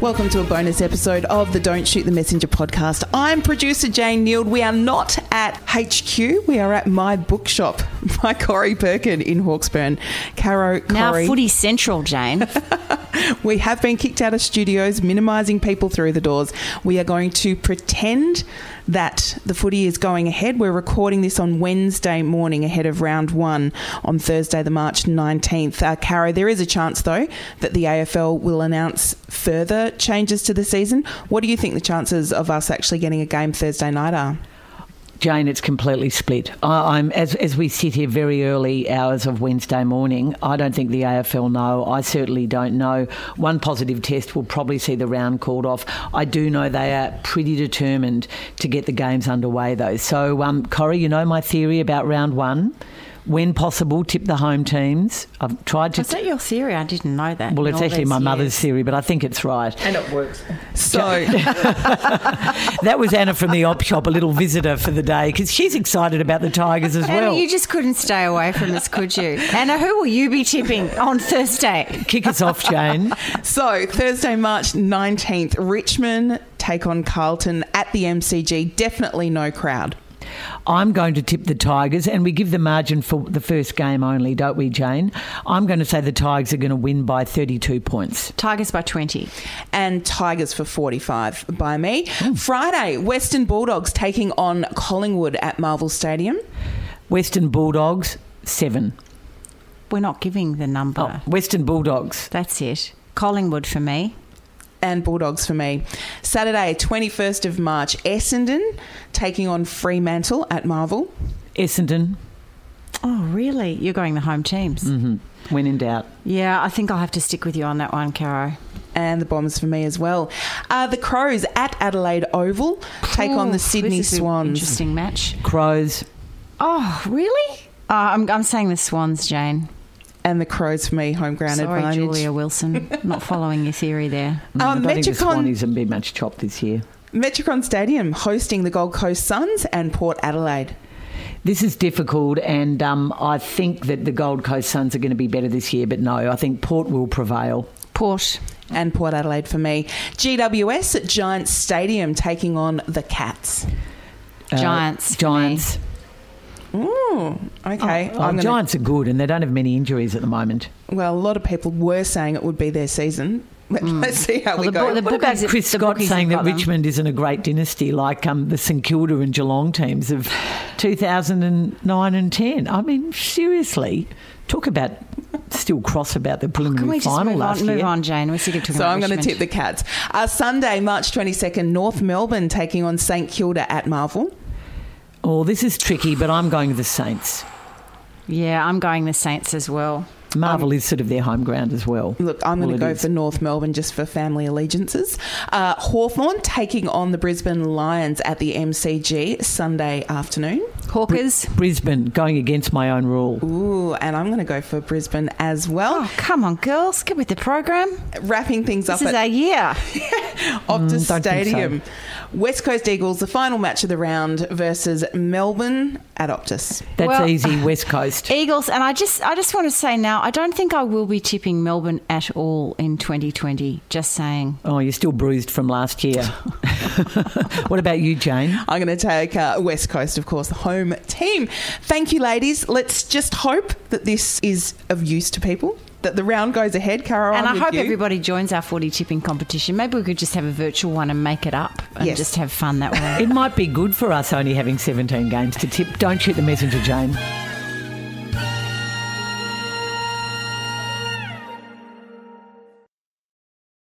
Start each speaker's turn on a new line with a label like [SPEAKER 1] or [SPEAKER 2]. [SPEAKER 1] Welcome to a bonus episode of the Don't Shoot the Messenger podcast. I'm producer Jane Neild. We are not at HQ. We are at my bookshop, my Corey Perkin in Hawkesburn. Caro,
[SPEAKER 2] Now
[SPEAKER 1] Corey,
[SPEAKER 2] footy central, Jane.
[SPEAKER 1] we have been kicked out of studios, minimising people through the doors. We are going to pretend that the footy is going ahead. We're recording this on Wednesday morning ahead of round one on Thursday, the March 19th. Uh, Caro, there is a chance, though, that the AFL will announce further changes to the season. What do you think the chances of us actually getting a game Thursday night are?
[SPEAKER 3] Jane, it's completely split. I, I'm as as we sit here very early hours of Wednesday morning. I don't think the AFL know. I certainly don't know. One positive test will probably see the round called off. I do know they are pretty determined to get the games underway though. So, um, Corrie, you know my theory about round one. When possible, tip the home teams. I've tried to.
[SPEAKER 2] Is that your theory? I didn't know that.
[SPEAKER 3] well,
[SPEAKER 2] in
[SPEAKER 3] it's
[SPEAKER 2] all
[SPEAKER 3] actually
[SPEAKER 2] these
[SPEAKER 3] my mother's
[SPEAKER 2] years.
[SPEAKER 3] theory, but I think it's right.
[SPEAKER 1] And it works. So.
[SPEAKER 3] That was Anna from the op shop, a little visitor for the day, because she's excited about the Tigers as well.
[SPEAKER 2] Anna, you just couldn't stay away from us, could you? Anna, who will you be tipping on Thursday?
[SPEAKER 3] Kick us off, Jane.
[SPEAKER 1] So, Thursday, March 19th, Richmond take on Carlton at the MCG. Definitely no crowd.
[SPEAKER 3] I'm going to tip the Tigers, and we give the margin for the first game only, don't we, Jane? I'm going to say the Tigers are going to win by 32 points.
[SPEAKER 2] Tigers by 20.
[SPEAKER 1] And Tigers for 45 by me.
[SPEAKER 2] Hmm.
[SPEAKER 1] Friday, Western Bulldogs taking on Collingwood at Marvel Stadium.
[SPEAKER 3] Western Bulldogs, seven.
[SPEAKER 2] We're not giving the number.
[SPEAKER 3] Oh, Western Bulldogs.
[SPEAKER 2] That's it. Collingwood for me.
[SPEAKER 1] And Bulldogs for me. Saturday, 21st of March, Essendon taking on Fremantle at Marvel.
[SPEAKER 3] Essendon,
[SPEAKER 2] Oh, really? You're going the home teams?
[SPEAKER 3] Mm-hmm. when in doubt.
[SPEAKER 2] Yeah, I think I'll have to stick with you on that one, Caro.
[SPEAKER 1] And the Bombers for me as well. Uh, the Crows at Adelaide Oval take on
[SPEAKER 2] Ooh,
[SPEAKER 1] the Sydney
[SPEAKER 2] this is an
[SPEAKER 1] Swans.
[SPEAKER 2] Interesting match.
[SPEAKER 3] Crows,
[SPEAKER 2] Oh, really? Uh, I'm, I'm saying the Swans, Jane.
[SPEAKER 1] And the Crows for me, home ground
[SPEAKER 2] Sorry,
[SPEAKER 1] advantage.
[SPEAKER 2] Julia Wilson. Not following your theory there.
[SPEAKER 3] mm, I
[SPEAKER 1] Um,
[SPEAKER 3] don't think the
[SPEAKER 1] Metricon,
[SPEAKER 3] Swannies will be much chop this year.
[SPEAKER 1] Metricon Stadium hosting the Gold Coast Suns and Port Adelaide.
[SPEAKER 3] This is difficult, and um, I think that the Gold Coast Suns are going to be better this year, but no, I think Port will prevail.
[SPEAKER 2] Port.
[SPEAKER 1] And Port Adelaide for me. GWS at Giants Stadium taking on the Cats.
[SPEAKER 3] Uh,
[SPEAKER 2] Giants. for me.
[SPEAKER 3] Giants.
[SPEAKER 1] Ooh, okay. I'm
[SPEAKER 3] Oh,
[SPEAKER 1] gonna-
[SPEAKER 3] Giants are good, and they don't have many injuries at the moment.
[SPEAKER 1] well, a lot of people were saying it would be their season. Let, us see how we
[SPEAKER 2] Mm. Well,
[SPEAKER 1] go.
[SPEAKER 2] the bo- the
[SPEAKER 3] What about
[SPEAKER 2] bookies have-
[SPEAKER 3] Chris
[SPEAKER 2] the
[SPEAKER 3] Scott
[SPEAKER 2] bookies
[SPEAKER 3] saying
[SPEAKER 2] have got
[SPEAKER 3] that
[SPEAKER 2] them.
[SPEAKER 3] Richmond isn't a great dynasty like um, the St Kilda and Geelong teams of 2009 and 10? I mean, seriously, talk about still cross about the
[SPEAKER 2] Can we
[SPEAKER 3] preliminary
[SPEAKER 2] just
[SPEAKER 3] final
[SPEAKER 2] move,
[SPEAKER 3] last
[SPEAKER 2] on, move
[SPEAKER 3] year.
[SPEAKER 2] on, Jane? We're sick of talking
[SPEAKER 1] so
[SPEAKER 2] about
[SPEAKER 1] I'm going to
[SPEAKER 2] Richmond.
[SPEAKER 1] tip the Cats. Uh, Sunday, March 22nd, North Melbourne taking on St Kilda at Marvel.
[SPEAKER 3] Oh, this is tricky, but I'm going to the Saints.
[SPEAKER 2] Yeah, I'm going the Saints as well. Um,
[SPEAKER 3] Marvel is sort of their home ground as well.
[SPEAKER 1] Look, I'm going
[SPEAKER 3] Well,
[SPEAKER 1] to
[SPEAKER 3] it
[SPEAKER 1] go
[SPEAKER 3] is.
[SPEAKER 1] for North Melbourne just for family allegiances. Uh, Hawthorn taking on the Brisbane Lions at the MCG Sunday afternoon.
[SPEAKER 2] Hawkers.
[SPEAKER 3] Brisbane going against my own rule.
[SPEAKER 1] Ooh, and I'm going to go for Brisbane as well.
[SPEAKER 2] Oh, come on, girls. Get with the program.
[SPEAKER 1] Wrapping things
[SPEAKER 2] This
[SPEAKER 1] up
[SPEAKER 2] is
[SPEAKER 1] at
[SPEAKER 2] our year.
[SPEAKER 1] Optus
[SPEAKER 3] Mm, don't think so.
[SPEAKER 1] Stadium. West Coast Eagles, the final match of the round versus Melbourne at Optus.
[SPEAKER 3] That's
[SPEAKER 2] Well-
[SPEAKER 3] easy, West Coast.
[SPEAKER 2] Eagles, and I just I just want to say now, I don't think I will be tipping Melbourne at all in 2020. Just saying.
[SPEAKER 3] Oh, you're still bruised from last year. what about you, Jane?
[SPEAKER 1] I'm going to take uh, West Coast, of course, the home team. Thank you, ladies. Let's just hope that this is of use to people. That the round goes ahead, Carol.
[SPEAKER 2] and
[SPEAKER 1] I'm
[SPEAKER 2] I
[SPEAKER 1] with
[SPEAKER 2] hope
[SPEAKER 1] you.
[SPEAKER 2] everybody joins our 40 tipping competition. Maybe we could just have a virtual one and make it up and
[SPEAKER 1] Yes.
[SPEAKER 2] just have fun that way.
[SPEAKER 3] It might be good for us only having 17 games to tip. Don't shoot the messenger, Jane.